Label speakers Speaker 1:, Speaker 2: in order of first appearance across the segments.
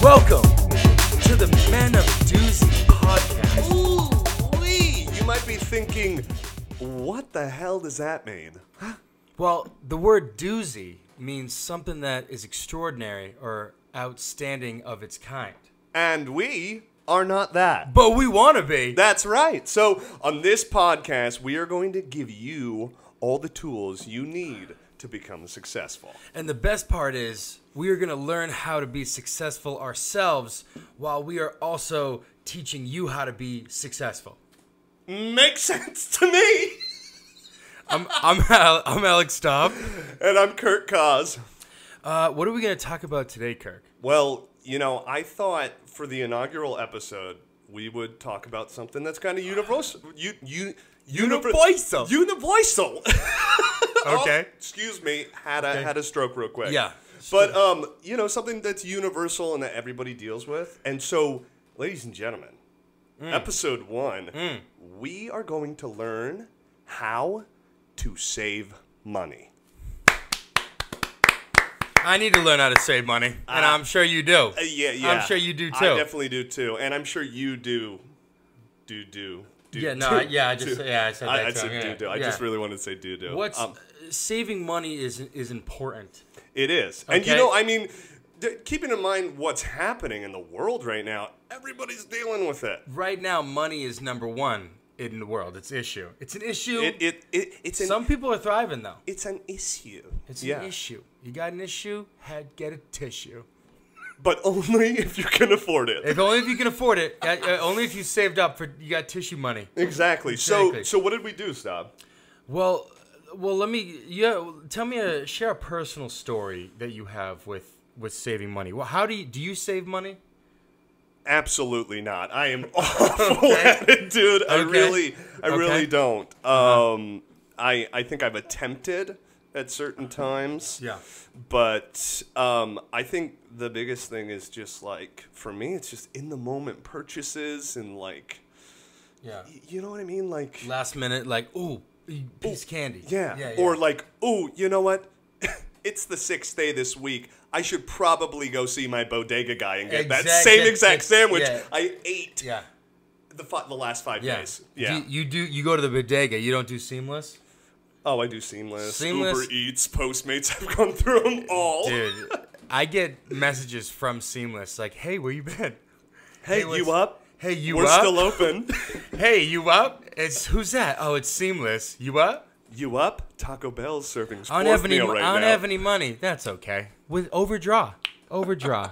Speaker 1: Welcome to the Men of Doozy podcast.
Speaker 2: Ooh, wee. You might be thinking, what the hell does that mean?
Speaker 1: Well, the word doozy means something that is extraordinary or outstanding of its kind.
Speaker 2: And we are not that.
Speaker 1: But we want to be.
Speaker 2: That's right. So, on this podcast, we are going to give you all the tools you need to become successful.
Speaker 1: And the best part is, we are going to learn how to be successful ourselves while we are also teaching you how to be successful.
Speaker 2: Makes sense to me.
Speaker 1: I'm, I'm, Al- I'm Alex Staub.
Speaker 2: And I'm Kurt Cause.
Speaker 1: Uh, what are we going to talk about today, Kirk?
Speaker 2: Well, you know, I thought for the inaugural episode we would talk about something that's kind of universal. You, you,
Speaker 1: Universal.
Speaker 2: Universal.
Speaker 1: Okay.
Speaker 2: Oh, excuse me. Had a had a stroke real quick.
Speaker 1: Yeah.
Speaker 2: But um, you know, something that's universal and that everybody deals with. And so, ladies and gentlemen, Hmm. episode one, we are going to learn how to save money.
Speaker 1: I need to learn how to save money, and I'm sure you do.
Speaker 2: Uh, yeah, yeah.
Speaker 1: I'm sure you do
Speaker 2: I
Speaker 1: too.
Speaker 2: definitely do too, and I'm sure you do, do do. do
Speaker 1: Yeah, no,
Speaker 2: do,
Speaker 1: I- yeah, I just- yeah, I said that
Speaker 2: I,
Speaker 1: too,
Speaker 2: said
Speaker 1: yeah,
Speaker 2: do do. I
Speaker 1: yeah.
Speaker 2: just really wanted to say do do.
Speaker 1: What's
Speaker 2: Um,
Speaker 1: saving money is is important.
Speaker 2: it is, and you
Speaker 1: Okay.
Speaker 2: know, I mean, th- keeping in mind what's happening in the world right now, everybody's dealing with it.
Speaker 1: Right now, money is number one in the world. It's issue. It's an issue.
Speaker 2: It it, it it's an
Speaker 1: Some people are thriving though.
Speaker 2: it's an issue.
Speaker 1: It's
Speaker 2: yeah,
Speaker 1: an issue. You got an issue? Head get a tissue.
Speaker 2: but only if you can afford it.
Speaker 1: If only if you can afford it. Uh, uh, only if you saved up for you got tissue money.
Speaker 2: Exactly. So
Speaker 1: Exactly.
Speaker 2: so what did we do, Stob?
Speaker 1: Well, well, let me. Yeah, tell me. A, share a personal story that you have with with saving money. Well, how do you do you save money?
Speaker 2: Absolutely not. I am awful at it, dude. I
Speaker 1: Okay.
Speaker 2: really, I
Speaker 1: Okay. Uh-huh.
Speaker 2: really don't. Um, I, I think I've attempted at certain times.
Speaker 1: Yeah.
Speaker 2: But um, I think the biggest thing is just like for me, it's just in the moment purchases and like,
Speaker 1: Yeah.
Speaker 2: y- you know what I mean, like,
Speaker 1: Last minute, like ooh, piece of candy.
Speaker 2: yeah. or like, oh, you know what? It's the sixth day this week. I should probably go see my bodega guy and get that
Speaker 1: Exact-
Speaker 2: same exact
Speaker 1: ex-
Speaker 2: sandwich
Speaker 1: yeah.
Speaker 2: I ate
Speaker 1: yeah.
Speaker 2: the fi- the last five
Speaker 1: Yeah.
Speaker 2: days. Yeah.
Speaker 1: Do You, you do. You go to the bodega. You don't do seamless,
Speaker 2: oh, I do Seamless,
Speaker 1: Seamless-
Speaker 2: Uber Eats, Postmates. I've gone through them all.
Speaker 1: dude. I get messages from Seamless like, "Hey, where you been?
Speaker 2: hey,
Speaker 1: what's-
Speaker 2: you up?
Speaker 1: Hey, you
Speaker 2: We're
Speaker 1: up?
Speaker 2: still open.
Speaker 1: Hey, you up? It's who's that? Oh, it's Seamless. You up?
Speaker 2: you up? Taco Bell's serving
Speaker 1: I
Speaker 2: fourth
Speaker 1: don't have any.
Speaker 2: meal
Speaker 1: mo-
Speaker 2: right
Speaker 1: I don't
Speaker 2: now.
Speaker 1: have any money. That's okay. With overdraw, overdraw.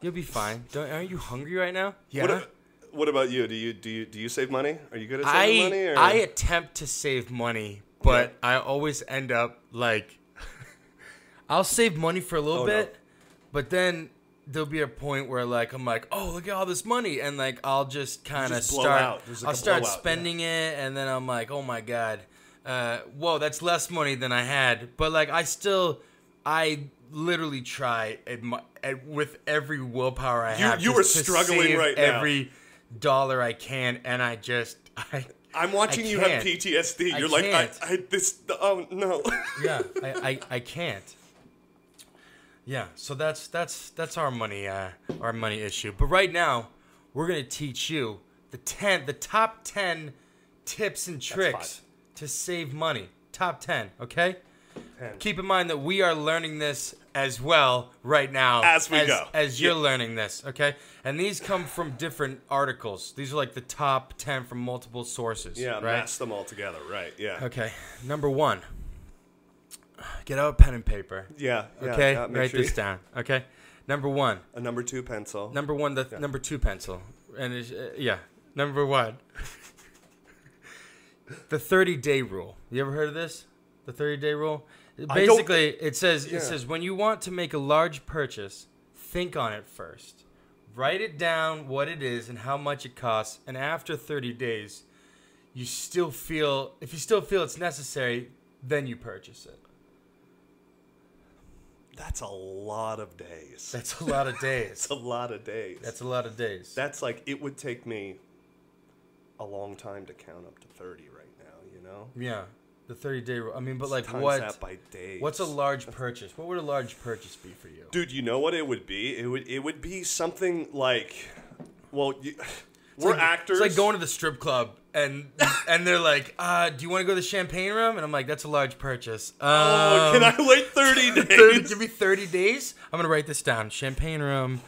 Speaker 1: You'll be fine. Don't, aren't you hungry right now? Yeah.
Speaker 2: What, a- what about you? Do you do you do you save money? Are you good at saving
Speaker 1: I
Speaker 2: money? Or?
Speaker 1: I attempt to save money, but I always end up like I'll save money for a little
Speaker 2: Oh, no.
Speaker 1: bit, but then there'll be a point where like I'm like, "Oh, look at all this money." And like I'll just kind of
Speaker 2: just blow
Speaker 1: start
Speaker 2: out. There's, like,
Speaker 1: I'll
Speaker 2: a
Speaker 1: start
Speaker 2: blowout, yeah.
Speaker 1: spending it and then I'm like, "Oh my god. Uh, whoa, that's less money than I had." But like I still I literally try at my, at, with every willpower I
Speaker 2: You-
Speaker 1: have.
Speaker 2: you
Speaker 1: just
Speaker 2: are
Speaker 1: to
Speaker 2: struggling
Speaker 1: save
Speaker 2: right now.
Speaker 1: every dollar I can, and I just I
Speaker 2: I'm watching
Speaker 1: I
Speaker 2: you have
Speaker 1: can't.
Speaker 2: PTSD.
Speaker 1: I
Speaker 2: You're like, I,
Speaker 1: can't.
Speaker 2: I this. Oh no.
Speaker 1: yeah I, I I can't. Yeah, so that's that's that's our money uh, our money issue. But right now, we're gonna teach you the ten the top ten tips and tricks to save money. Top ten, okay? Keep in mind that we are learning this as well right now
Speaker 2: As we go.
Speaker 1: As
Speaker 2: Yeah.
Speaker 1: you're learning this, okay? And these come from different articles. These are like the top ten from multiple sources.
Speaker 2: yeah,
Speaker 1: right?
Speaker 2: mash them all together. Right. Yeah.
Speaker 1: Okay, number one. Get out a pen and paper.
Speaker 2: Yeah. yeah,
Speaker 1: Okay,
Speaker 2: yeah, make
Speaker 1: write
Speaker 2: sure
Speaker 1: this
Speaker 2: you-
Speaker 1: down. Okay, number one.
Speaker 2: A number two pencil.
Speaker 1: Number one, the number two pencil, and it's, uh, yeah, number one. the thirty day rule. You ever heard of this? The thirty day rule.
Speaker 2: I don't-
Speaker 1: Basically, it says
Speaker 2: Yeah.
Speaker 1: it says when you want to make a large purchase, think on it first, write it down what it is and how much it costs, and after thirty days, you still feel if you still feel it's necessary, then you purchase it.
Speaker 2: That's a lot of days. That's
Speaker 1: That's a lot of days.
Speaker 2: a lot of days.
Speaker 1: That's a lot of days.
Speaker 2: That's like it would take me a long time to count up to 30 right now, you know?
Speaker 1: Yeah. The 30 day rule. I mean, but like
Speaker 2: Times
Speaker 1: what?
Speaker 2: that by days.
Speaker 1: What's a large purchase? What would a large purchase be for you?
Speaker 2: Dude, you know what it would be? It would it would be something like, well, you, we're
Speaker 1: like-
Speaker 2: actors.
Speaker 1: It's like going to the strip club and and they're like, uh, "Do you want to go to the champagne room?" And I'm like, "That's a large purchase."
Speaker 2: Oh,
Speaker 1: Um,
Speaker 2: can I wait thirty days?
Speaker 1: 30, give me 30 days. I'm gonna write this down. Champagne room,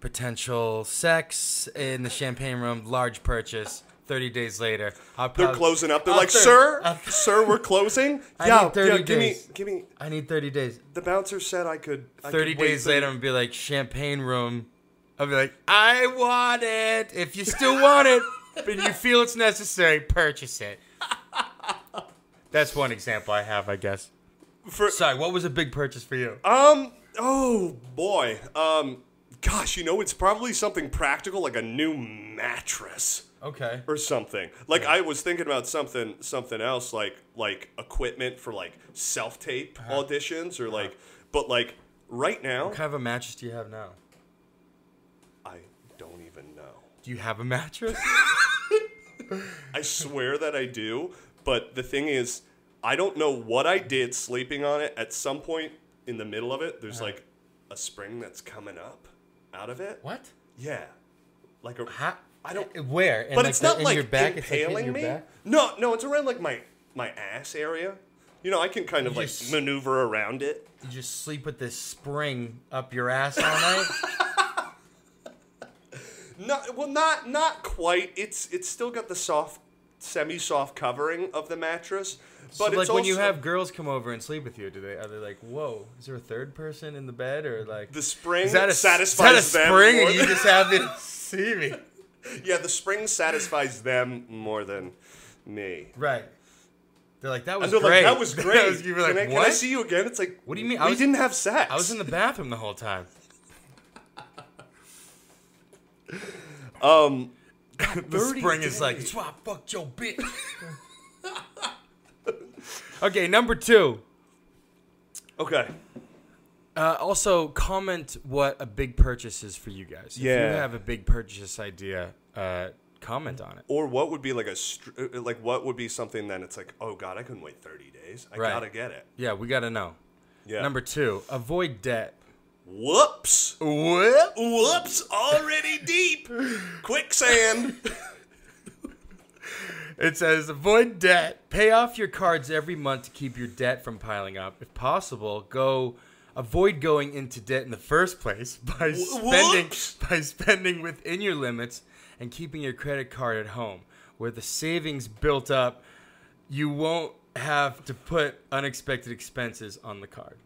Speaker 1: potential sex in the champagne room. Large purchase. 30 days later, I'll
Speaker 2: They're
Speaker 1: prob-
Speaker 2: closing up. They're
Speaker 1: I'll
Speaker 2: like,
Speaker 1: thir-
Speaker 2: sir,
Speaker 1: I'll-
Speaker 2: sir, we're closing.
Speaker 1: I
Speaker 2: yeah,
Speaker 1: need 30
Speaker 2: yeah, give
Speaker 1: days.
Speaker 2: me, give me.
Speaker 1: I need 30 days.
Speaker 2: The bouncer said I could. I
Speaker 1: 30
Speaker 2: could wait
Speaker 1: days later, I'm gonna be like, champagne room. I'll be like, I want it. If you still want it, but you feel it's necessary, purchase it. That's one example I have, I guess.
Speaker 2: For-
Speaker 1: Sorry, what was a big purchase for you?
Speaker 2: Um. Oh boy. Um. Gosh, you know, it's probably something practical, like a new mattress
Speaker 1: Okay.
Speaker 2: or something. Like I was thinking about something, something else, like like equipment for like self tape auditions or like. But like right now,
Speaker 1: Uh-huh. What kind of a mattress do you have now?
Speaker 2: I don't even know.
Speaker 1: Do you have a mattress?
Speaker 2: I swear that I do, but the thing is, I don't know what I did sleeping on it. At some point in the middle of it, there's like a spring that's coming up out of it.
Speaker 1: Uh-huh. what?
Speaker 2: Yeah, like a.
Speaker 1: How? Uh,
Speaker 2: I don't.
Speaker 1: Where? And
Speaker 2: but it's
Speaker 1: the-
Speaker 2: not
Speaker 1: in
Speaker 2: like
Speaker 1: your back, it's like hitting
Speaker 2: impaling
Speaker 1: your
Speaker 2: me.
Speaker 1: back?
Speaker 2: No, no, it's around like my my ass area. You know, I can kind of
Speaker 1: You
Speaker 2: like
Speaker 1: just-
Speaker 2: maneuver around it.
Speaker 1: You just sleep with this spring up your ass all night.
Speaker 2: Not well, not not quite. It's it's still got the soft, semi-soft covering of the mattress. But
Speaker 1: so,
Speaker 2: it's
Speaker 1: like
Speaker 2: also,
Speaker 1: when you have girls come over and sleep with you, do they are they like, whoa, is there a third person in the bed or like
Speaker 2: the spring
Speaker 1: is that a
Speaker 2: satisfies
Speaker 1: is that a
Speaker 2: them
Speaker 1: spring
Speaker 2: more
Speaker 1: and you
Speaker 2: than-
Speaker 1: just happen to see me?
Speaker 2: Yeah, the spring satisfies them more than me.
Speaker 1: Right. They're like that was
Speaker 2: And they're
Speaker 1: great.
Speaker 2: like, that was great.
Speaker 1: you were like,
Speaker 2: can, I, can I
Speaker 1: what?
Speaker 2: see you again? It's like,
Speaker 1: What do you mean?
Speaker 2: We
Speaker 1: I was-
Speaker 2: didn't have sex.
Speaker 1: I was in the bathroom the whole time. Um, the
Speaker 2: 30
Speaker 1: spring is like,
Speaker 2: days.
Speaker 1: that's why I fucked your bitch. okay, number two.
Speaker 2: Okay.
Speaker 1: Uh, also, comment what a big purchase is for you guys. If
Speaker 2: Yeah.
Speaker 1: you have a big purchase idea, uh, comment on it.
Speaker 2: Or what would be like a str- uh, like what would be something that it's like, oh god, I couldn't wait thirty days. I
Speaker 1: Right.
Speaker 2: gotta get it.
Speaker 1: Yeah, we got to know.
Speaker 2: Yeah.
Speaker 1: Number two, avoid debt.
Speaker 2: Whoops.
Speaker 1: What?
Speaker 2: Whoops. Already deep. Quicksand.
Speaker 1: It says avoid debt. Pay off your cards every month to keep your debt from piling up. If possible, go avoid going into debt in the first place by spending
Speaker 2: whoops.
Speaker 1: by spending within your limits and keeping your credit card at home where the savings built up you won't have to put unexpected expenses on the card.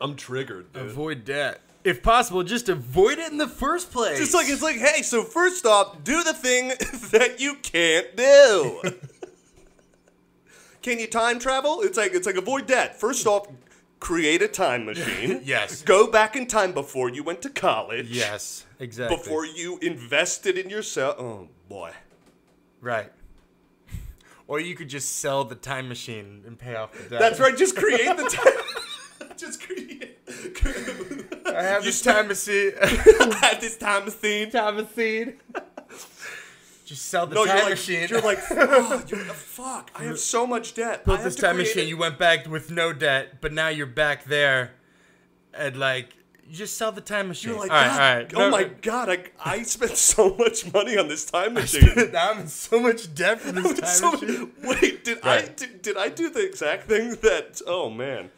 Speaker 2: I'm triggered, dude.
Speaker 1: Avoid debt. If possible, just avoid it in the first place.
Speaker 2: It's like it's like, hey, so first off, do the thing that you can't do. Can you time travel? It's like it's like avoid debt. First off, create a time machine.
Speaker 1: Yes.
Speaker 2: Go back in time before you went to college.
Speaker 1: Yes, exactly.
Speaker 2: Before you invested in yourself. Oh boy.
Speaker 1: Right. Or you could just sell the time machine and pay off the debt.
Speaker 2: That's right. Just create the time. just create.
Speaker 1: I have this
Speaker 2: start-
Speaker 1: time machine.
Speaker 2: At this time machine.
Speaker 1: time machine. Just sell the
Speaker 2: No,
Speaker 1: time
Speaker 2: you're like,
Speaker 1: machine.
Speaker 2: you're like, oh, you're, fuck, I have so much debt. I
Speaker 1: built
Speaker 2: have
Speaker 1: this
Speaker 2: to
Speaker 1: time
Speaker 2: create
Speaker 1: machine.
Speaker 2: a-
Speaker 1: You went back with no debt, but now you're back there, and like you just sell the time machine.
Speaker 2: You're like,
Speaker 1: all right,
Speaker 2: "God,
Speaker 1: all right. No,
Speaker 2: oh my
Speaker 1: no.
Speaker 2: god, I, I spent so much money on this time machine.
Speaker 1: oh now I'm in so much debt from this time
Speaker 2: So-
Speaker 1: machine.
Speaker 2: wait, did I
Speaker 1: Right.
Speaker 2: did, did I do the exact thing that? Oh man.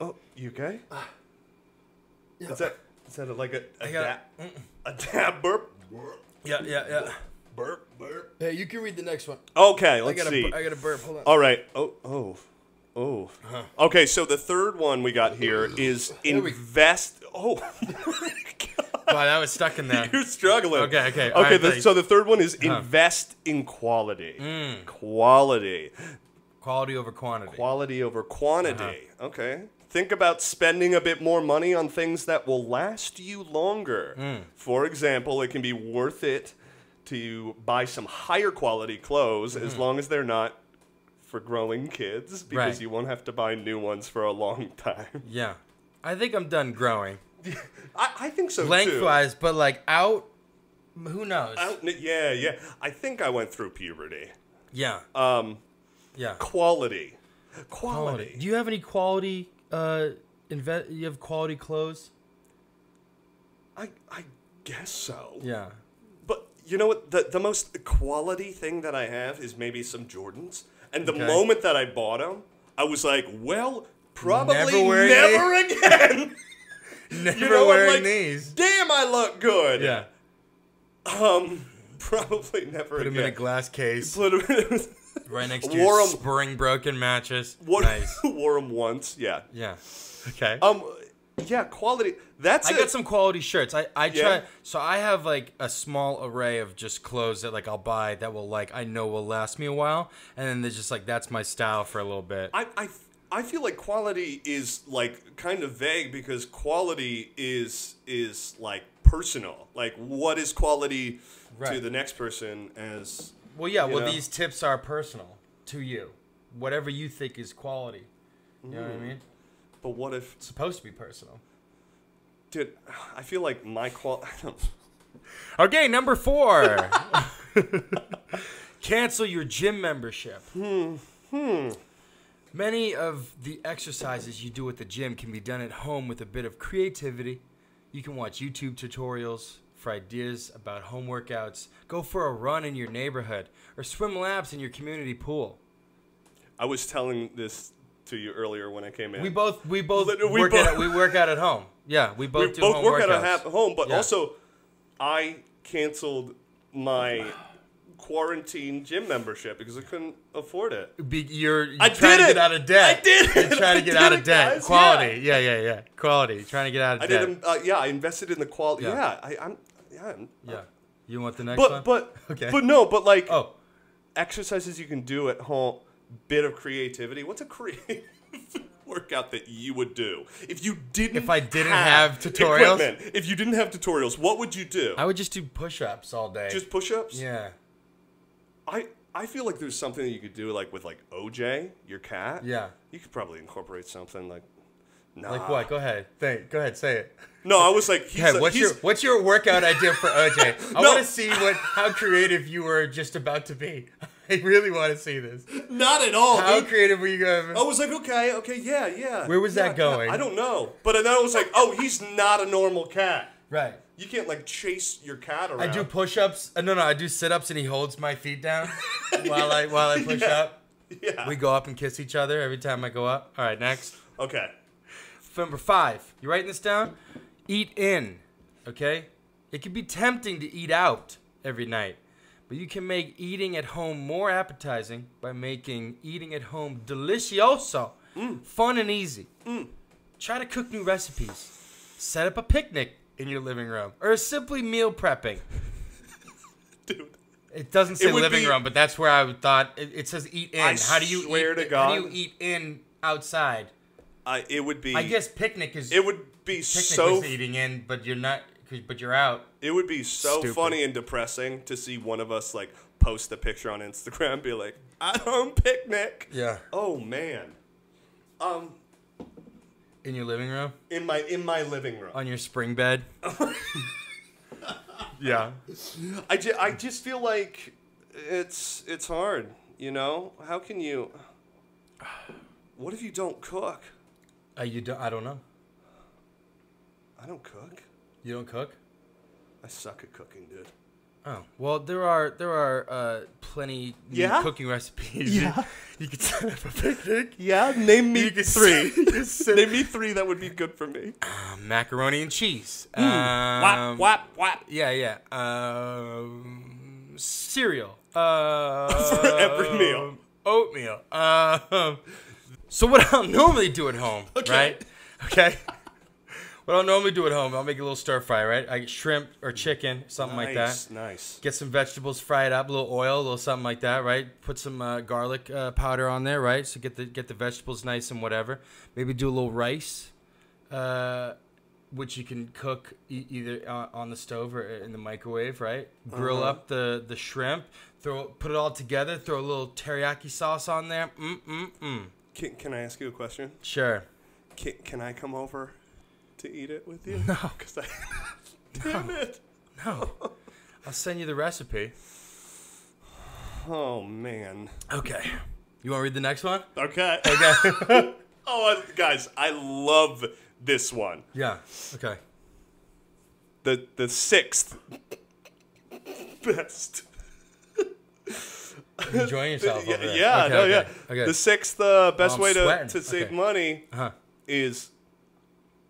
Speaker 2: Oh, you okay? Is that is that like a a,
Speaker 1: got-
Speaker 2: dab, a dab burp?
Speaker 1: Yeah, yeah, yeah.
Speaker 2: Burp burp.
Speaker 1: Hey, you can read the next one.
Speaker 2: Okay, let's see.
Speaker 1: got a burp. Hold on.
Speaker 2: All right. Oh, oh, oh. Okay, so the third one we got here is
Speaker 1: we-
Speaker 2: invest. Oh, my God.
Speaker 1: Wow, that was stuck in there.
Speaker 2: You're struggling.
Speaker 1: Okay, okay,
Speaker 2: Okay,
Speaker 1: all right,
Speaker 2: the-
Speaker 1: thanks. Uh-huh.
Speaker 2: so the third one is invest in quality.
Speaker 1: Mm.
Speaker 2: Quality.
Speaker 1: Quality over quantity.
Speaker 2: Quality over quantity.
Speaker 1: Uh-huh.
Speaker 2: Okay. Think about spending a bit more money on things that will last you longer.
Speaker 1: Hmm.
Speaker 2: For example, it can be worth it to buy some higher quality clothes as long as they're not for growing kids because
Speaker 1: Mm-hmm. Right.
Speaker 2: you won't have to buy new ones for a long time.
Speaker 1: yeah, I think I'm done growing.
Speaker 2: I, I think so too.
Speaker 1: lengthwise, but like out. Who knows?
Speaker 2: Out- yeah, yeah. I think I went through puberty.
Speaker 1: Yeah.
Speaker 2: Um,
Speaker 1: yeah.
Speaker 2: quality. quality.
Speaker 1: Do you have any quality? Uh, inve- you have quality clothes?
Speaker 2: I I guess so.
Speaker 1: Yeah.
Speaker 2: But you know what? The the most quality thing that I have is maybe some Jordans. And the
Speaker 1: Okay.
Speaker 2: moment that I bought them, I was like, well, probably
Speaker 1: Never
Speaker 2: never,
Speaker 1: wearing
Speaker 2: again.
Speaker 1: Never
Speaker 2: you know, I'm
Speaker 1: wearing
Speaker 2: like,
Speaker 1: these.
Speaker 2: Damn, I look good.
Speaker 1: Yeah.
Speaker 2: Um, probably never
Speaker 1: Put them in a
Speaker 2: again.
Speaker 1: glass case.
Speaker 2: Put 'em in a-
Speaker 1: Right next to
Speaker 2: Wore
Speaker 1: your
Speaker 2: 'em-
Speaker 1: spring broken mattress.
Speaker 2: Wore,
Speaker 1: Nice.
Speaker 2: wore 'em once. Yeah.
Speaker 1: Yeah. Okay.
Speaker 2: Um. Yeah, quality. That's
Speaker 1: I
Speaker 2: it.
Speaker 1: got some quality shirts. I, I
Speaker 2: Yeah?
Speaker 1: try so I have like a small array of just clothes that like I'll buy that will like I know will last me a while and then there's just like that's my style for a little bit.
Speaker 2: I, I I feel like quality is like kind of vague because quality is is like personal. Like what is quality to
Speaker 1: Right.
Speaker 2: the next person as
Speaker 1: Well, yeah.
Speaker 2: you
Speaker 1: Well,
Speaker 2: know?
Speaker 1: these tips are personal to you. Whatever you think is quality. You know what I mean?
Speaker 2: but what if
Speaker 1: It's supposed to be personal.
Speaker 2: dude I feel like my qual
Speaker 1: Okay, number four. Cancel your gym membership. Hmm. Hmm. Many of the exercises you do at the gym can be done at home with a bit of creativity. You can watch YouTube tutorials for ideas about home workouts, go for a run in your neighborhood, or swim laps in your community pool.
Speaker 2: I was telling this to you earlier when I came in.
Speaker 1: We both we both
Speaker 2: Lit- we
Speaker 1: work
Speaker 2: both-
Speaker 1: out, we work out at home. Yeah, we both
Speaker 2: We
Speaker 1: do
Speaker 2: both
Speaker 1: home
Speaker 2: work
Speaker 1: workouts.
Speaker 2: out at ha- home, but
Speaker 1: Yeah.
Speaker 2: also I canceled my quarantine gym membership because I couldn't afford it.
Speaker 1: Be, you're you're
Speaker 2: I
Speaker 1: trying
Speaker 2: did
Speaker 1: to
Speaker 2: it.
Speaker 1: get out of debt.
Speaker 2: I did it.
Speaker 1: You're trying
Speaker 2: I
Speaker 1: to get
Speaker 2: did
Speaker 1: out of
Speaker 2: it,
Speaker 1: debt.
Speaker 2: guys.
Speaker 1: Quality. Yeah. yeah, yeah, Quality. Trying to get out of
Speaker 2: I
Speaker 1: debt.
Speaker 2: did. Uh, yeah, I invested in the quality. Yeah,
Speaker 1: Yeah.
Speaker 2: I, I'm. Yeah, I'm,
Speaker 1: yeah. You want the next one?
Speaker 2: but but
Speaker 1: Okay.
Speaker 2: but no, but like
Speaker 1: oh,
Speaker 2: exercises you can do at home. Bit of creativity. What's a creative workout that you would do if you didn't?
Speaker 1: If I didn't have tutorials?
Speaker 2: equipment, if you didn't have tutorials, what would you do?
Speaker 1: I would just do push-ups all day.
Speaker 2: Just push-ups.
Speaker 1: yeah.
Speaker 2: I I feel like there's something that you could do like with like OJ, your cat.
Speaker 1: Yeah.
Speaker 2: You could probably incorporate something like. Nah.
Speaker 1: Like what? Go ahead. Think. Go ahead. Say it.
Speaker 2: No, I was like, he's,
Speaker 1: Go ahead.
Speaker 2: like-
Speaker 1: What's
Speaker 2: he's-
Speaker 1: your What's your workout idea for OJ? I
Speaker 2: No.
Speaker 1: want to see what how creative you were just about to be. I really want to see this.
Speaker 2: not at all.
Speaker 1: How
Speaker 2: dude.
Speaker 1: creative were you going?
Speaker 2: I was like, okay, okay, yeah, yeah.
Speaker 1: Where was
Speaker 2: Yeah,
Speaker 1: that going?
Speaker 2: I don't know. But then I was like, oh, he's not a normal cat.
Speaker 1: Right.
Speaker 2: You can't like chase your cat around.
Speaker 1: I do push-ups. Uh, no, no, I do sit-ups, and he holds my feet down while I while I push up.
Speaker 2: Yeah.
Speaker 1: We go up and kiss each other every time I go up. All right, next.
Speaker 2: okay.
Speaker 1: Number five. You writing this down? Eat in. Okay. It can be tempting to eat out every night, but you can make eating at home more appetizing by making eating at home delicioso, fun and easy. Try to cook new recipes. Set up a picnic in your living room, or simply meal prepping.
Speaker 2: Dude.
Speaker 1: It doesn't say
Speaker 2: It would
Speaker 1: living
Speaker 2: be-
Speaker 1: room, but that's where I would thought it, it says eat in.
Speaker 2: I
Speaker 1: how do you
Speaker 2: swear
Speaker 1: eat,
Speaker 2: to
Speaker 1: How do you
Speaker 2: God.
Speaker 1: eat in outside?
Speaker 2: I it would be
Speaker 1: I guess picnic is
Speaker 2: it would be
Speaker 1: picnic
Speaker 2: so
Speaker 1: is eating in, but you're not, 'cause- but you're out.
Speaker 2: it would be so
Speaker 1: Stupid.
Speaker 2: funny and depressing to see one of us like post a picture on Instagram and be like, at home picnic.
Speaker 1: Yeah.
Speaker 2: Oh man. Um
Speaker 1: In your living room,
Speaker 2: in my in my living room.
Speaker 1: on your spring bed. yeah.
Speaker 2: I, ju- I just feel like it's it's hard, you know? How can you What if you don't cook?
Speaker 1: Uh, you don't. I don't know.
Speaker 2: I don't cook.
Speaker 1: You don't cook.
Speaker 2: I suck at cooking, dude.
Speaker 1: Oh well, there are there are uh, plenty new
Speaker 2: Yeah?
Speaker 1: cooking recipes. You-
Speaker 2: Yeah.
Speaker 1: You, could set up a picnic.
Speaker 2: Yeah, name me
Speaker 1: You could
Speaker 2: three.
Speaker 1: you could set-
Speaker 2: name me three that would be good for me.
Speaker 1: Uh, macaroni and cheese.
Speaker 2: Hmm.
Speaker 1: Um,
Speaker 2: whap whap whap.
Speaker 1: Yeah, yeah. Um, cereal. Uh,
Speaker 2: For every meal.
Speaker 1: Oatmeal. Um, so what I'll normally do at home,
Speaker 2: Okay.
Speaker 1: right? Okay. what I'll normally do at home, I'll make a little stir fry, right? I get shrimp or chicken, something like that.
Speaker 2: Nice, nice.
Speaker 1: Get some vegetables, fry it up, a little oil, a little something like that, right? Put some uh, garlic uh, powder on there, right? So get the get the vegetables nice and whatever. Maybe do a little rice, uh, which you can cook e- either uh, on the stove or in the microwave, right? Grill
Speaker 2: Uh-huh.
Speaker 1: up the the shrimp, throw put it all together, throw a little teriyaki sauce on there. Mm mm mm.
Speaker 2: Can, can I ask you a question?
Speaker 1: Sure.
Speaker 2: Can, can I come over to eat it with you? No, cuz I Damn it.
Speaker 1: No. I'll send you the recipe.
Speaker 2: Oh man.
Speaker 1: Okay. You want to read the next one?
Speaker 2: Okay.
Speaker 1: Okay.
Speaker 2: oh, I- guys, I love this one.
Speaker 1: yeah. Okay.
Speaker 2: The the sixth best.
Speaker 1: You're Enjoying yourself.
Speaker 2: yeah,
Speaker 1: over there.
Speaker 2: yeah,
Speaker 1: Okay,
Speaker 2: no,
Speaker 1: okay,
Speaker 2: yeah.
Speaker 1: Okay. Uh-huh.
Speaker 2: The sixth uh, best
Speaker 1: I'm
Speaker 2: way to,
Speaker 1: sweating.
Speaker 2: to save
Speaker 1: Okay.
Speaker 2: money
Speaker 1: huh.
Speaker 2: is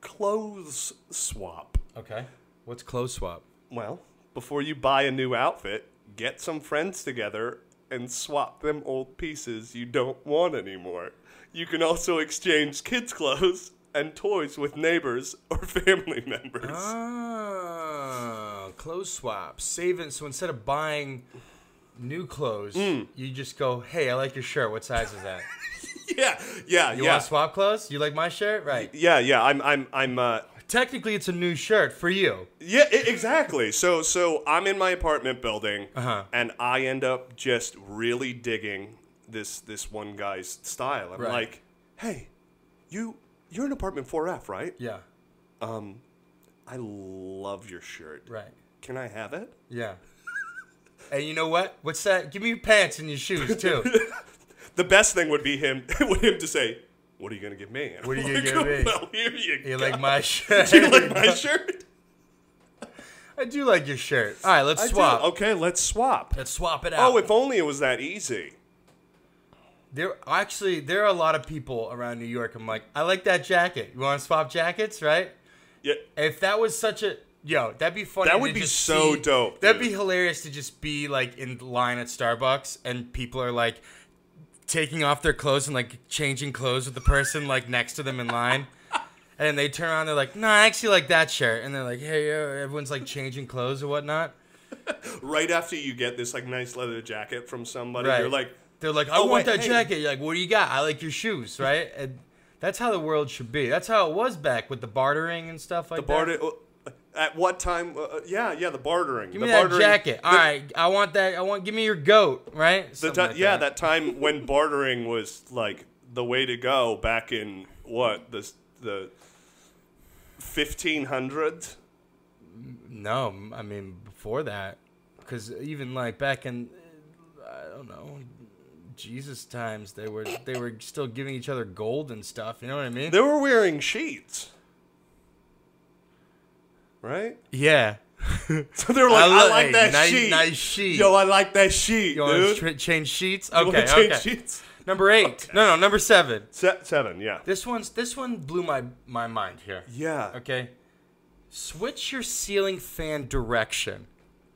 Speaker 2: clothes swap.
Speaker 1: Okay. What's clothes swap?
Speaker 2: Well, before you buy a new outfit, get some friends together and swap them old pieces you don't want anymore. You can also exchange kids' clothes and toys with neighbors or family members.
Speaker 1: Oh, clothes swap. Saving. So instead of buying new clothes,
Speaker 2: Hmm.
Speaker 1: you just go, hey, I like your shirt. What size is that?
Speaker 2: Yeah, yeah,
Speaker 1: You
Speaker 2: yeah.
Speaker 1: want to swap clothes? You like my shirt? Right.
Speaker 2: yeah, yeah, I'm, I'm, I'm, uh,
Speaker 1: Technically, it's a new shirt for you.
Speaker 2: yeah, e- exactly. So, so I'm in my apartment building,
Speaker 1: Uh-huh.
Speaker 2: and I end up just really digging this, this one guy's style. I'm
Speaker 1: Right.
Speaker 2: like, hey, you, you're in apartment 4F, right?
Speaker 1: Yeah.
Speaker 2: I love your shirt.
Speaker 1: Right.
Speaker 2: Can I have it?
Speaker 1: Yeah. And you know what? What's that? Give me your pants and your shoes too.
Speaker 2: The best thing would be him would him to say, "What are you gonna give me?" And
Speaker 1: What are
Speaker 2: I'm
Speaker 1: you
Speaker 2: like,
Speaker 1: gonna give me?
Speaker 2: Well, here you
Speaker 1: You
Speaker 2: go.
Speaker 1: like my shirt?
Speaker 2: you like my shirt?
Speaker 1: I do like your shirt. All right, let's
Speaker 2: I do.
Speaker 1: swap.
Speaker 2: Okay, let's swap.
Speaker 1: Let's swap it out.
Speaker 2: Oh, if only it was that easy.
Speaker 1: There actually there are a lot of people around New York. I'm like, I like that jacket. You want to swap jackets, right?
Speaker 2: Yeah.
Speaker 1: If that was such a yo, that'd be funny.
Speaker 2: That
Speaker 1: to
Speaker 2: would be
Speaker 1: just
Speaker 2: so
Speaker 1: see-
Speaker 2: dope,
Speaker 1: That'd
Speaker 2: dude.
Speaker 1: be hilarious to just be like in line at Starbucks and people are like taking off their clothes and like changing clothes with the person like next to them in line. And then they turn around, they're like, "No, I actually like that shirt." And they're like, "Hey, yo," everyone's like changing clothes or whatnot."
Speaker 2: Right after you get this like nice leather jacket from somebody,
Speaker 1: Right.
Speaker 2: you're like,
Speaker 1: They're like, I
Speaker 2: Oh,
Speaker 1: want
Speaker 2: wait,
Speaker 1: that
Speaker 2: hey."
Speaker 1: jacket. You're like, what do you got? I like your shoes, right? And that's how the world should be. That's how it was back with the bartering and stuff like
Speaker 2: the barter. oh, At what time? uh, Uh, yeah, yeah, the bartering.
Speaker 1: that. Give
Speaker 2: the
Speaker 1: me that
Speaker 2: bartering,
Speaker 1: jacket.
Speaker 2: the-
Speaker 1: All right, I want that. I want. Give me your goat, right?
Speaker 2: The ti-
Speaker 1: Something like
Speaker 2: yeah, that. time when bartering was like the way to go back in what the the fifteen hundreds.
Speaker 1: No, m- I mean before that, because even like back in, uh, I don't know, Jesus times, they were they were still giving each other gold and stuff. You know what I mean?
Speaker 2: They were wearing sheets, right?
Speaker 1: yeah.
Speaker 2: So they were like, I,
Speaker 1: lo-
Speaker 2: like
Speaker 1: hey,
Speaker 2: that
Speaker 1: nice,
Speaker 2: sheet.
Speaker 1: Nice sheet.
Speaker 2: Yo, I like that sheet,
Speaker 1: you want
Speaker 2: dude.
Speaker 1: to change sheets?
Speaker 2: You wanna
Speaker 1: Okay,
Speaker 2: change
Speaker 1: okay.
Speaker 2: sheets?
Speaker 1: Number eight. No, no, number seven.
Speaker 2: Se- seven, yeah,
Speaker 1: This one's this one blew my my mind here.
Speaker 2: yeah.
Speaker 1: Okay. Switch your ceiling fan direction.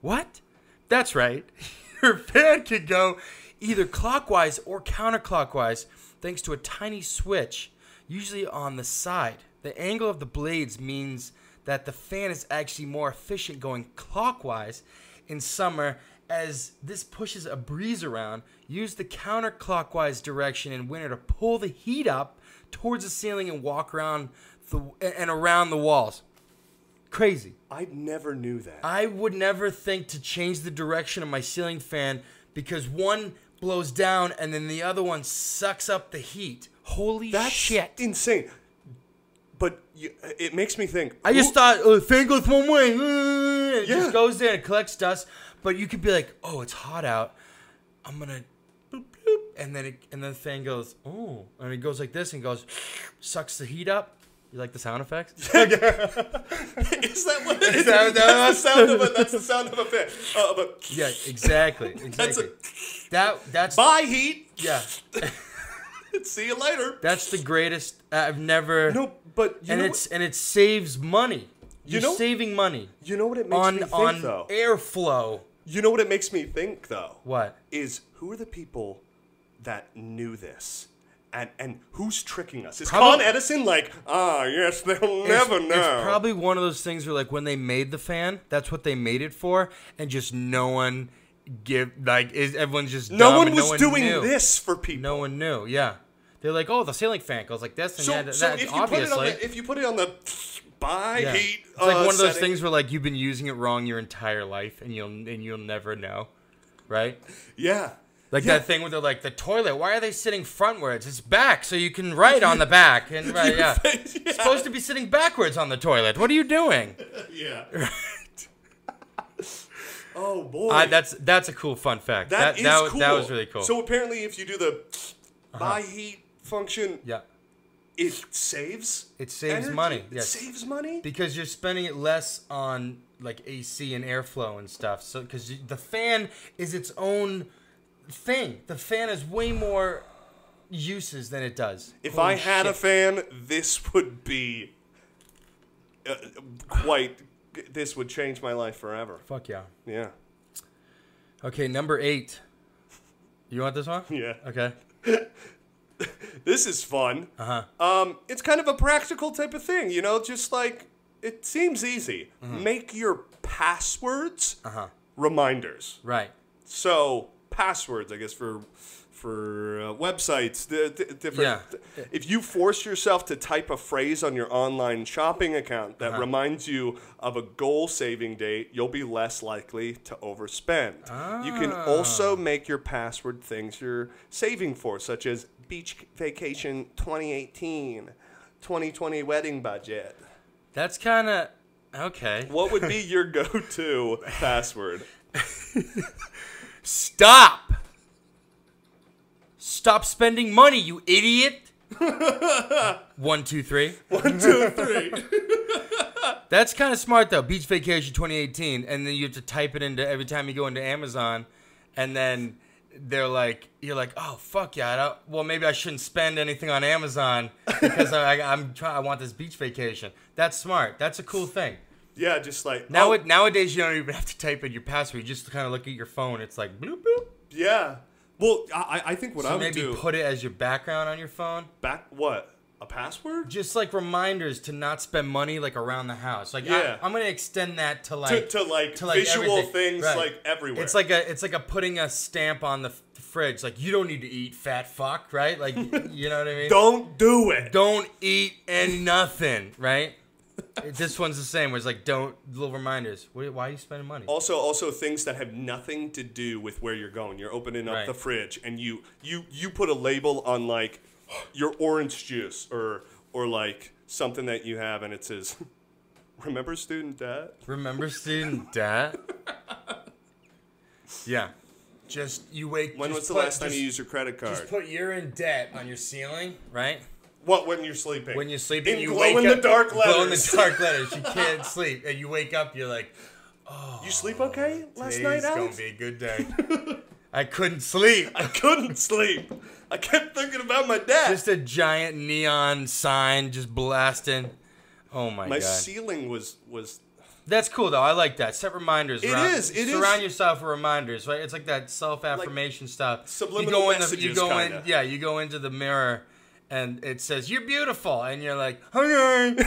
Speaker 1: What? That's right. Your fan can go either clockwise or counterclockwise thanks to a tiny switch, usually on the side. The angle of the blades means that the fan is actually more efficient going clockwise in summer as this pushes a breeze around. Use the counterclockwise direction in winter to pull the heat up towards the ceiling and walk around the and around the walls. Crazy.
Speaker 2: I never knew that.
Speaker 1: I would never think to change the direction of my ceiling fan because one blows down and then the other one sucks up the heat. Holy
Speaker 2: That's
Speaker 1: shit.
Speaker 2: insane. But you, it makes me think.
Speaker 1: I just
Speaker 2: who-
Speaker 1: thought, oh, the fan goes one way. uh, It
Speaker 2: Yeah.
Speaker 1: just goes there and collects dust. But you could be like, oh, it's hot out. I'm going to. Boop, boop, and then it, and then the fan goes, oh, and it goes like this and goes, sucks the heat up. You like the sound effects?
Speaker 2: Is that what it is?
Speaker 1: that what that
Speaker 2: that's
Speaker 1: was?
Speaker 2: the sound of a that's the sound of a fan. Uh, of a-
Speaker 1: yeah, exactly. Exactly.
Speaker 2: That's a-
Speaker 1: that that's
Speaker 2: Bye heat.
Speaker 1: yeah.
Speaker 2: See you later.
Speaker 1: That's the greatest I've never.
Speaker 2: No, but you
Speaker 1: and
Speaker 2: know
Speaker 1: it's and it saves money.
Speaker 2: You
Speaker 1: You're
Speaker 2: know-
Speaker 1: saving money
Speaker 2: what, you know what it makes
Speaker 1: on
Speaker 2: me think
Speaker 1: on
Speaker 2: though.
Speaker 1: airflow.
Speaker 2: You know what it makes me think though
Speaker 1: What?
Speaker 2: is who are the people that knew this. And, and who's tricking us? Is
Speaker 1: Probably-
Speaker 2: Con Edison like, ah, yes, they'll
Speaker 1: It's-
Speaker 2: never know.
Speaker 1: It's probably one of those things where like when they made the fan, that's what they made it for, and just no one give like is everyone's just
Speaker 2: no
Speaker 1: dumb
Speaker 2: one
Speaker 1: and
Speaker 2: was doing
Speaker 1: knew.
Speaker 2: this for people.
Speaker 1: No one knew. Yeah, they're like, oh, the ceiling fan goes like this, and
Speaker 2: so
Speaker 1: yeah, th-
Speaker 2: so
Speaker 1: that's
Speaker 2: if, you put it on
Speaker 1: obviously.
Speaker 2: the, if you put it on the by
Speaker 1: yeah.
Speaker 2: heat,
Speaker 1: it's like
Speaker 2: uh,
Speaker 1: one of those
Speaker 2: setting-
Speaker 1: things where like you've been using it wrong your entire life, and you'll and you'll never know, right?
Speaker 2: Yeah.
Speaker 1: Like
Speaker 2: Yeah.
Speaker 1: that thing where they're like the toilet. Why are they sitting frontwards? It's back, so you can write on the back and right. Yeah,
Speaker 2: face, yeah.
Speaker 1: It's supposed to be sitting backwards on the toilet. What are you doing?
Speaker 2: Yeah. Oh boy,
Speaker 1: I, that's that's a cool fun fact.
Speaker 2: That
Speaker 1: That
Speaker 2: is
Speaker 1: that, was-
Speaker 2: cool.
Speaker 1: that was really cool. Uh-huh.
Speaker 2: So apparently, if you do the by heat function,
Speaker 1: yeah,
Speaker 2: it saves.
Speaker 1: It saves
Speaker 2: energy.
Speaker 1: money,
Speaker 2: It
Speaker 1: yes.
Speaker 2: saves money.
Speaker 1: because you're spending it less on like AC and airflow and stuff. So because the fan is its own thing. The fan has way more uses than it does.
Speaker 2: if
Speaker 1: Holy
Speaker 2: I had a
Speaker 1: shit.
Speaker 2: fan, this would be uh, quite. This would change my life forever.
Speaker 1: fuck yeah.
Speaker 2: Yeah.
Speaker 1: Okay, number eight. You want this one?
Speaker 2: Yeah.
Speaker 1: Okay.
Speaker 2: This is fun. Uh huh. Um, it's kind of a practical type of thing, you know. Just like it seems easy. Make your passwords reminders.
Speaker 1: Right.
Speaker 2: So passwords, I guess for for uh, websites, the, the different.
Speaker 1: Yeah.
Speaker 2: If you force yourself to type a phrase on your online shopping account
Speaker 1: Uh-huh.
Speaker 2: that reminds you of a goal saving date, you'll be less likely to overspend. You can
Speaker 1: Ah.
Speaker 2: also make your password things you're saving for, such as beach vacation 2018, 2020 wedding budget.
Speaker 1: That's kind of okay.
Speaker 2: What would be your go-to password?
Speaker 1: Stop! Stop spending money, you idiot! One, two, three.
Speaker 2: One, two, three.
Speaker 1: That's kind of smart though. Beach Vacation 2018, and then you have to type it into every time you go into Amazon, and then they're like, you're like, oh fuck yeah, I don't, well maybe I shouldn't spend anything on Amazon because I, I, I'm trying, I want this beach vacation. That's smart. That's a cool thing.
Speaker 2: Yeah, just like
Speaker 1: Now
Speaker 2: oh,
Speaker 1: it, nowadays you don't even have to type in your password. You just kind of look at your phone. It's like bloop bloop.
Speaker 2: Yeah. Well, I, I- I think what I
Speaker 1: So
Speaker 2: would
Speaker 1: maybe
Speaker 2: do
Speaker 1: put it as your background on your phone.
Speaker 2: back what a password
Speaker 1: just like reminders to not spend money like around the house. Like
Speaker 2: Yeah.
Speaker 1: I, am gonna extend that to like
Speaker 2: to, to like visual
Speaker 1: everything.
Speaker 2: things
Speaker 1: Right.
Speaker 2: like everywhere.
Speaker 1: It's like a it's like a putting a stamp on the, f- the fridge. Like you don't need to eat fat fuck, right? Like you know what I mean.
Speaker 2: don't do it.
Speaker 1: Don't eat and nothing, right? this one's the same. Where it's like don't little reminders. What, why are you spending money?
Speaker 2: Also, also things that have nothing to do with where you're going. You're opening up
Speaker 1: Right.
Speaker 2: the fridge and you you you put a label on like your orange juice or or like something that you have and it says, "Remember student debt."
Speaker 1: Remember student debt? yeah. Just you wake.
Speaker 2: When
Speaker 1: just
Speaker 2: was the
Speaker 1: put-
Speaker 2: last time
Speaker 1: just-
Speaker 2: you used your credit card?
Speaker 1: Just put you're in debt on your ceiling, right?
Speaker 2: what when you're sleeping?
Speaker 1: when you're sleeping,
Speaker 2: In
Speaker 1: you
Speaker 2: glow
Speaker 1: wake
Speaker 2: in
Speaker 1: up,
Speaker 2: the dark
Speaker 1: Glow in the
Speaker 2: letters.
Speaker 1: dark letters. You can't sleep, and you wake up. You're like,
Speaker 2: you sleep okay last
Speaker 1: "Today's
Speaker 2: night,
Speaker 1: gonna
Speaker 2: Alex?
Speaker 1: be a good day." I couldn't sleep.
Speaker 2: I couldn't sleep. I kept thinking about my dad.
Speaker 1: Just a giant neon sign just blasting. Oh my,
Speaker 2: My
Speaker 1: god,
Speaker 2: ceiling was was
Speaker 1: that's cool though. I like that. Set reminders.
Speaker 2: It
Speaker 1: around,
Speaker 2: is, it is-
Speaker 1: surround yourself with reminders, right? It's like that self affirmation stuff.
Speaker 2: subliminal
Speaker 1: you go in the- you
Speaker 2: messages,
Speaker 1: go in,
Speaker 2: kinda.
Speaker 1: yeah. You go into the mirror, and it says you're beautiful, and you're like, "Okay,
Speaker 2: I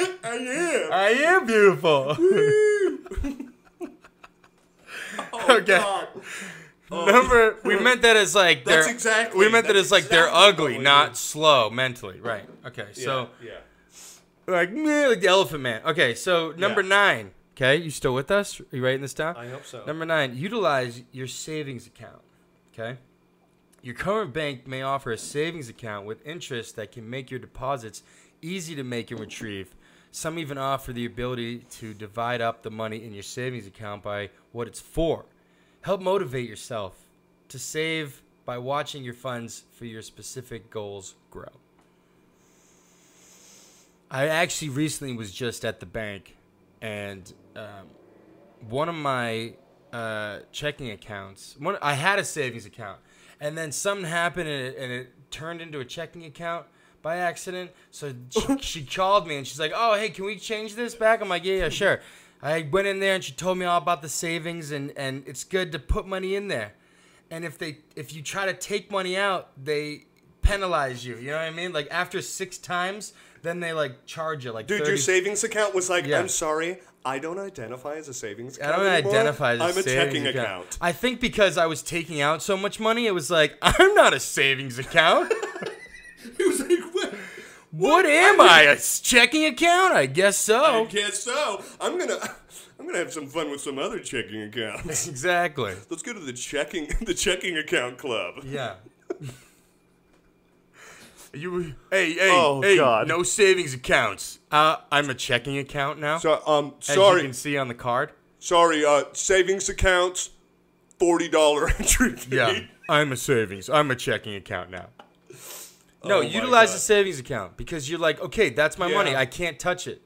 Speaker 2: am.
Speaker 1: I am beautiful.
Speaker 2: Oh,
Speaker 1: okay. Number we meant that as like they're
Speaker 2: That's exactly-
Speaker 1: we meant that
Speaker 2: that's
Speaker 1: as like they're
Speaker 2: exactly
Speaker 1: ugly,
Speaker 2: what it
Speaker 1: not
Speaker 2: is.
Speaker 1: slow mentally, right? Okay, so
Speaker 2: yeah.
Speaker 1: like meh, like the Elephant Man. Okay, so number
Speaker 2: Yeah.
Speaker 1: nine. Okay, you still with us? Are you writing this down?
Speaker 2: I hope so.
Speaker 1: Number nine, utilize your savings account. Okay. Your current bank may offer a savings account with interest that can make your deposits easy to make and retrieve. Some even offer the ability to divide up the money in your savings account by what it's for. Help motivate yourself to save by watching your funds for your specific goals grow. I actually recently was just at the bank and um, one of my uh, checking accounts. One, I had a savings account, and then something happened, and it, and it turned into a checking account by accident. So she, she called me, and she's like, "Oh, hey, can we change this back?" I'm like, "Yeah, yeah, sure." I went in there, and she told me all about the savings, and and it's good to put money in there. And if they if you try to take money out, they penalize you. You know what I mean? Like after six times, then they like charge you like
Speaker 2: Dude,
Speaker 1: 30
Speaker 2: your savings account was like,
Speaker 1: Yeah.
Speaker 2: I'm sorry, I don't identify as a savings
Speaker 1: I
Speaker 2: account.
Speaker 1: don't
Speaker 2: anymore.
Speaker 1: identify as a
Speaker 2: I'm a
Speaker 1: savings
Speaker 2: checking account.
Speaker 1: I think because I was taking out so much money, it was like I'm not a savings account.
Speaker 2: He was like, what?
Speaker 1: what am I? A s- checking account? I guess so.
Speaker 2: I guess so. I'm gonna I'm gonna have some fun with some other checking accounts.
Speaker 1: Exactly.
Speaker 2: Let's go to the checking the checking account club.
Speaker 1: Yeah. you hey hey
Speaker 2: Oh,
Speaker 1: hey
Speaker 2: God.
Speaker 1: no savings accounts. Uh, I'm a checking account now.
Speaker 2: So um
Speaker 1: as you
Speaker 2: sorry
Speaker 1: can see on the card.
Speaker 2: sorry, uh, savings accounts, forty dollar entry fee.
Speaker 1: Yeah, I'm a savings. I'm a checking account now. No,
Speaker 2: Oh my
Speaker 1: utilize
Speaker 2: God.
Speaker 1: the savings account because you're like, okay, that's my money.
Speaker 2: Yeah.
Speaker 1: I can't touch it.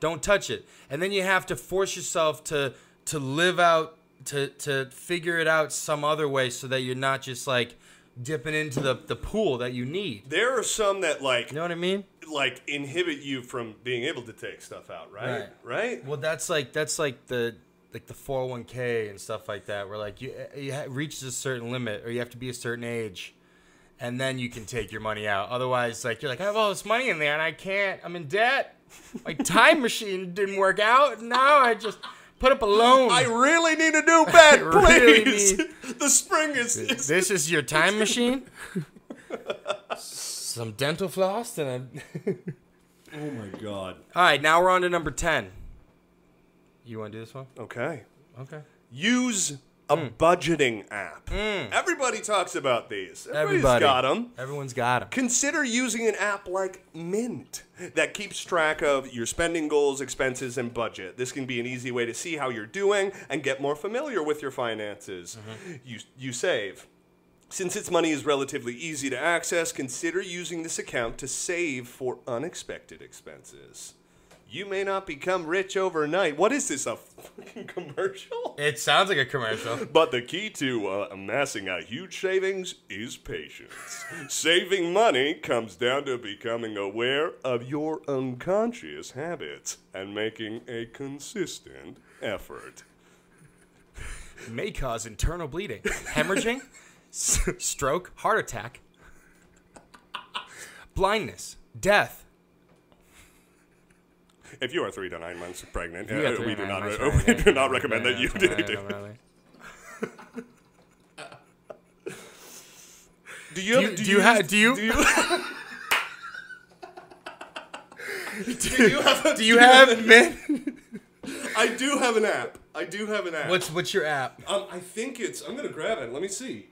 Speaker 1: Don't touch it. And then you have to force yourself to to live out to to figure it out some other way so that you're not just like dipping into the the pool that you need.
Speaker 2: There are some that like
Speaker 1: You know what I mean?
Speaker 2: like inhibit you from being able to take stuff out, right? Right?
Speaker 1: Well, that's like that's like the like the 401k and stuff like that where like you you ha- reaches a certain limit or you have to be a certain age and then you can take your money out. Otherwise like you're like I have all this money in there and I can't. I'm in debt. My time machine didn't work out. Now I just put up a loan.
Speaker 2: I really need a new bed,
Speaker 1: really
Speaker 2: please. the spring is, is
Speaker 1: this is your time machine? Some dental floss and a
Speaker 2: Oh my god.
Speaker 1: All right, now we're on to number 10. You want to do this one?
Speaker 2: Okay.
Speaker 1: Okay.
Speaker 2: Use a budgeting app. Everybody talks about these. Everybody's
Speaker 1: Everybody
Speaker 2: got them.
Speaker 1: Everyone's got 'em.
Speaker 2: Consider using an app like Mint that keeps track of your spending goals, expenses, and budget. This can be an easy way to see how you're doing and get more familiar with your finances. You, you save. Since its money is relatively easy to access, consider using this account to save for unexpected expenses. You may not become rich overnight. What is this, a fucking commercial?
Speaker 1: It sounds like a commercial.
Speaker 2: But the key to uh, amassing a huge savings is patience. Saving money comes down to becoming aware of your unconscious habits and making a consistent effort.
Speaker 1: may cause internal bleeding, hemorrhaging, s- stroke, heart attack, blindness, death.
Speaker 2: If you are three to nine months pregnant,
Speaker 1: You got
Speaker 2: uh,
Speaker 1: three
Speaker 2: we,
Speaker 1: to
Speaker 2: do
Speaker 1: nine
Speaker 2: not
Speaker 1: months,
Speaker 2: re-
Speaker 1: right?
Speaker 2: we do not recommend
Speaker 1: Yeah,
Speaker 2: that you
Speaker 1: yeah,
Speaker 2: do.
Speaker 1: yeah, yeah, yeah, yeah.
Speaker 2: Do you,
Speaker 1: Do you-
Speaker 2: have-
Speaker 1: do you ha- do you-
Speaker 2: do you, do you have a-
Speaker 1: Do you have men?
Speaker 2: I do have an app. I do have an app.
Speaker 1: What's what's your app?
Speaker 2: Um, I think it's. I'm gonna grab it. Let me see.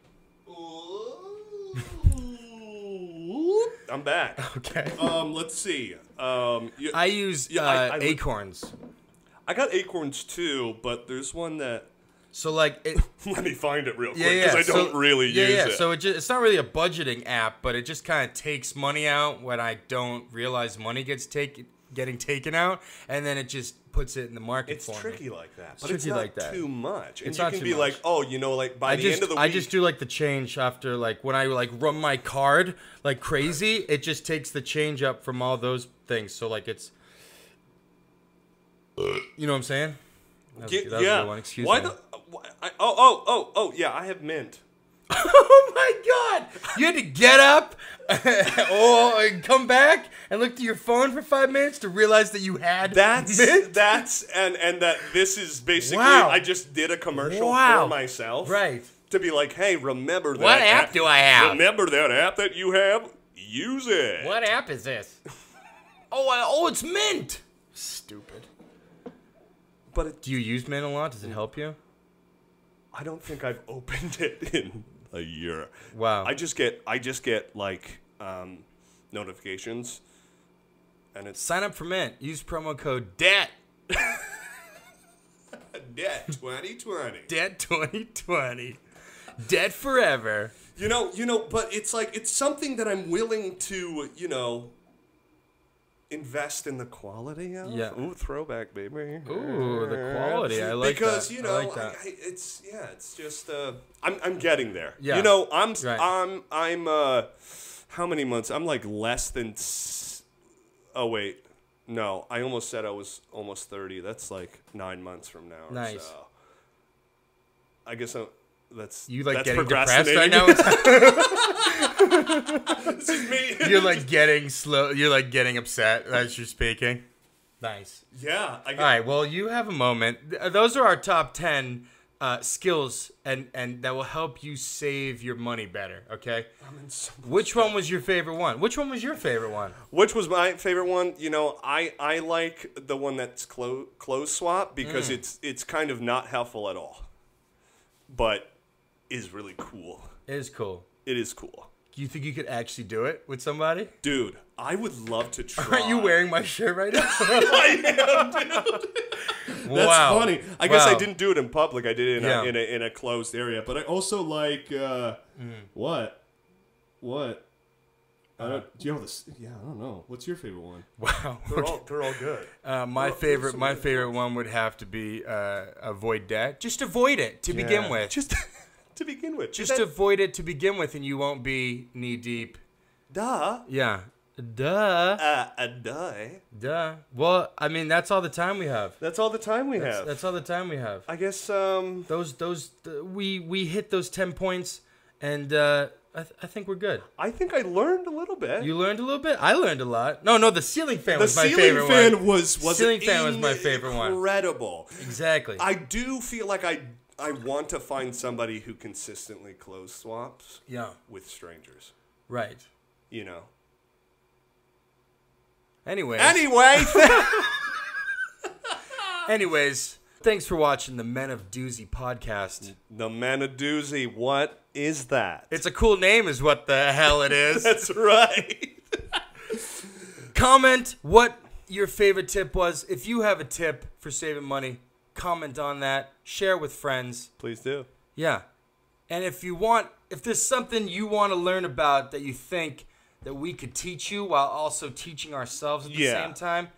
Speaker 2: I'm back.
Speaker 1: Okay.
Speaker 2: Um, let's see. Um, you,
Speaker 1: I use
Speaker 2: Yeah,
Speaker 1: uh,
Speaker 2: I- I would-
Speaker 1: Acorns.
Speaker 2: I got acorns too, but there's one that.
Speaker 1: So like it,
Speaker 2: Let me find it real quick
Speaker 1: yeah,
Speaker 2: because
Speaker 1: yeah.
Speaker 2: I
Speaker 1: so-
Speaker 2: don't really
Speaker 1: yeah,
Speaker 2: use
Speaker 1: yeah.
Speaker 2: it.
Speaker 1: So it just, it's not really a budgeting app, but it just kind of takes money out when I don't realize money gets taken getting taken out, and then it just puts it in the market
Speaker 2: it's
Speaker 1: for me.
Speaker 2: tricky like that, but it's
Speaker 1: tricky
Speaker 2: not
Speaker 1: like that.
Speaker 2: too much. And
Speaker 1: It's
Speaker 2: you
Speaker 1: not
Speaker 2: can
Speaker 1: too
Speaker 2: be
Speaker 1: much.
Speaker 2: like, oh, you know, like by
Speaker 1: I
Speaker 2: the
Speaker 1: just
Speaker 2: end of the week,
Speaker 1: I just do like the change after like when I like run my card like crazy, it just takes the change up from all those things. So like it's you know what I'm saying? That was-
Speaker 2: Ye-
Speaker 1: that was a
Speaker 2: yeah.
Speaker 1: good one. Excuse
Speaker 2: Why
Speaker 1: me.
Speaker 2: the? Why, I, oh, oh, oh, oh, yeah. I have mint.
Speaker 1: oh my god! You had to get up or and come back and look to your phone for five minutes to realize that you had
Speaker 2: That's
Speaker 1: mint?
Speaker 2: that's and and that this is basically
Speaker 1: Wow.
Speaker 2: I just did a commercial
Speaker 1: Wow.
Speaker 2: for myself.
Speaker 1: Right.
Speaker 2: To be like, hey, remember that
Speaker 1: What app do I have?
Speaker 2: Remember that app that you have? Use it.
Speaker 1: What app is this? oh, I, oh, it's Mint. Stupid.
Speaker 2: But it,
Speaker 1: Do you use Mint a lot? Does it help you?
Speaker 2: I don't think I've opened it in a year.
Speaker 1: Wow.
Speaker 2: I just get I just get like um, notifications and it's
Speaker 1: Sign up for Mint. Use promo code DET.
Speaker 2: debt twenty twenty.
Speaker 1: DET 2020. DET forever.
Speaker 2: You know, you know, but it's like it's something that I'm willing to, you know, invest in the quality of.
Speaker 1: Yeah.
Speaker 2: Ooh, throwback, baby.
Speaker 1: Ooh, the quality. I like
Speaker 2: because
Speaker 1: that.
Speaker 2: you know,
Speaker 1: I like that.
Speaker 2: I, it's yeah, it's just uh, I'm I'm getting there.
Speaker 1: Yeah.
Speaker 2: You know, I'm s-
Speaker 1: Right.
Speaker 2: I'm I'm uh, how many months? I'm like less than. S- oh wait, no, I almost said I was almost thirty. That's like nine months from now. Or
Speaker 1: Nice.
Speaker 2: So. I guess I'm, that's
Speaker 1: you like
Speaker 2: that's
Speaker 1: getting depressed
Speaker 2: procrastinating.
Speaker 1: right now? It's-
Speaker 2: It's me.
Speaker 1: you're like getting slow. You're like getting upset as you're speaking. Nice.
Speaker 2: yeah, I get,
Speaker 1: All right. Well, you have a moment. Th- uh, Those are our top ten uh, skills, and and that will help you save your money better. Okay.
Speaker 2: I'm in so-
Speaker 1: Which one was your favorite one? Which one was your favorite one?
Speaker 2: Which was my favorite one? You know, I I like the one that's clo- clothes swap because it's it's kind of not helpful at all, but is really cool.
Speaker 1: It is cool.
Speaker 2: It is cool,
Speaker 1: Do you think you could actually do it with somebody?
Speaker 2: dude. I would love to try.
Speaker 1: Aren't you wearing my shirt right now?
Speaker 2: I am, dude. That's
Speaker 1: Wow.
Speaker 2: funny. I guess I
Speaker 1: Wow.
Speaker 2: didn't do it in public. I did it in,
Speaker 1: Yeah.
Speaker 2: a, in, a, in a closed area. But I also like uh, what, what. I don't. Do you know this? Yeah, I don't know. What's your favorite one?
Speaker 1: Wow.
Speaker 2: Uh. They're all they're all good.
Speaker 1: Uh, my favorite, my favorite one would have to be uh, avoid debt. Just avoid it to begin
Speaker 2: Yeah.
Speaker 1: with. Just,
Speaker 2: Just to begin with, just
Speaker 1: just avoid it to begin with, and you won't be knee deep.
Speaker 2: duh,
Speaker 1: Yeah. Duh.
Speaker 2: uh, a duh.
Speaker 1: Duh. Well, I mean, that's all the time we have.
Speaker 2: That's all the time we have.
Speaker 1: That's all the time we have.
Speaker 2: I guess um,
Speaker 1: Those, those, th- we we hit those ten points, and uh, I, th- I think we're good.
Speaker 2: I think I learned a little bit.
Speaker 1: You learned a little bit. I learned a lot. No, no, the ceiling fan
Speaker 2: the
Speaker 1: was my
Speaker 2: ceiling
Speaker 1: favorite
Speaker 2: fan
Speaker 1: one.
Speaker 2: was was
Speaker 1: Ceiling fan was my favorite one.
Speaker 2: Incredible.
Speaker 1: Exactly.
Speaker 2: I do feel like I I want to find somebody who consistently clothes swaps
Speaker 1: yeah.
Speaker 2: with strangers.
Speaker 1: Right.
Speaker 2: You know.
Speaker 1: Anyway.
Speaker 2: Anyway,
Speaker 1: Anyways, thanks for watching the Men of Doozy podcast.
Speaker 2: the man of doozy. What is that?
Speaker 1: It's a cool name, is what the hell it is.
Speaker 2: That's right.
Speaker 1: comment what your favorite tip was. If you have a tip for saving money, comment on that. Share with friends.
Speaker 2: Please do.
Speaker 1: Yeah. And if you want, if there's something you want to learn about that you think that we could teach you while also teaching ourselves at the
Speaker 2: Yeah.
Speaker 1: same time,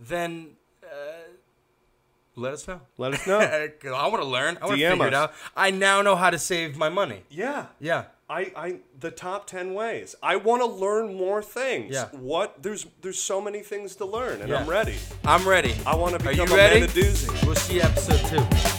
Speaker 1: then uh, let us know.
Speaker 2: Let us know.
Speaker 1: 'Cause I want to learn. I want to
Speaker 2: DM
Speaker 1: figure it
Speaker 2: us.
Speaker 1: out. I now know how to save my money.
Speaker 2: yeah.
Speaker 1: Yeah.
Speaker 2: I, I the top 10 ways. I want to learn more things.
Speaker 1: Yeah.
Speaker 2: What there's there's so many things to learn and
Speaker 1: Yeah.
Speaker 2: I'm ready.
Speaker 1: I'm ready.
Speaker 2: I want to
Speaker 1: Are you
Speaker 2: become a man
Speaker 1: ready?
Speaker 2: of doozy.
Speaker 1: We'll see you episode two.